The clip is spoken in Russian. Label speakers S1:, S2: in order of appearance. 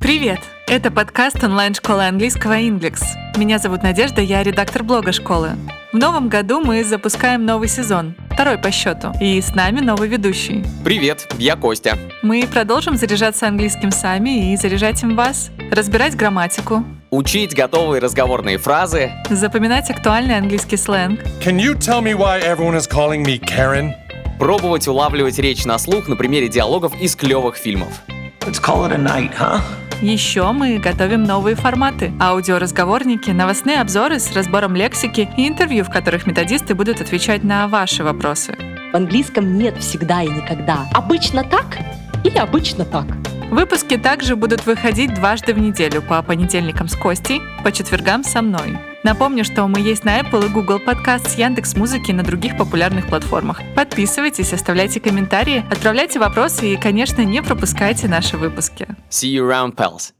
S1: Привет! Это подкаст онлайн-школы английского Inglix. Меня зовут Надежда, я редактор блога школы. В новом году мы запускаем новый сезон, второй по счету, и с нами новый ведущий.
S2: Привет, я Костя.
S1: Мы продолжим заряжаться английским сами и заряжать им вас, разбирать грамматику,
S2: Учить готовые разговорные фразы.
S1: запоминать актуальный английский сленг,
S3: Can you tell me why everyone is calling me Karen?
S2: Пробовать улавливать речь на слух на примере диалогов из клевых фильмов.
S4: Let's call it a night, huh?
S1: Еще мы готовим новые форматы – аудиоразговорники, новостные обзоры с разбором лексики и интервью, в которых методисты будут отвечать на ваши вопросы.
S5: В английском нет всегда и никогда. Обычно так или обычно так.
S1: Выпуски также будут выходить дважды в неделю по понедельникам с Костей, по четвергам со мной. Напомню, что мы есть на Apple и Google Podcast с Яндекс Музыки и на других популярных платформах. Подписывайтесь, оставляйте комментарии, отправляйте вопросы и, конечно, не пропускайте наши выпуски.
S2: See you around, pals.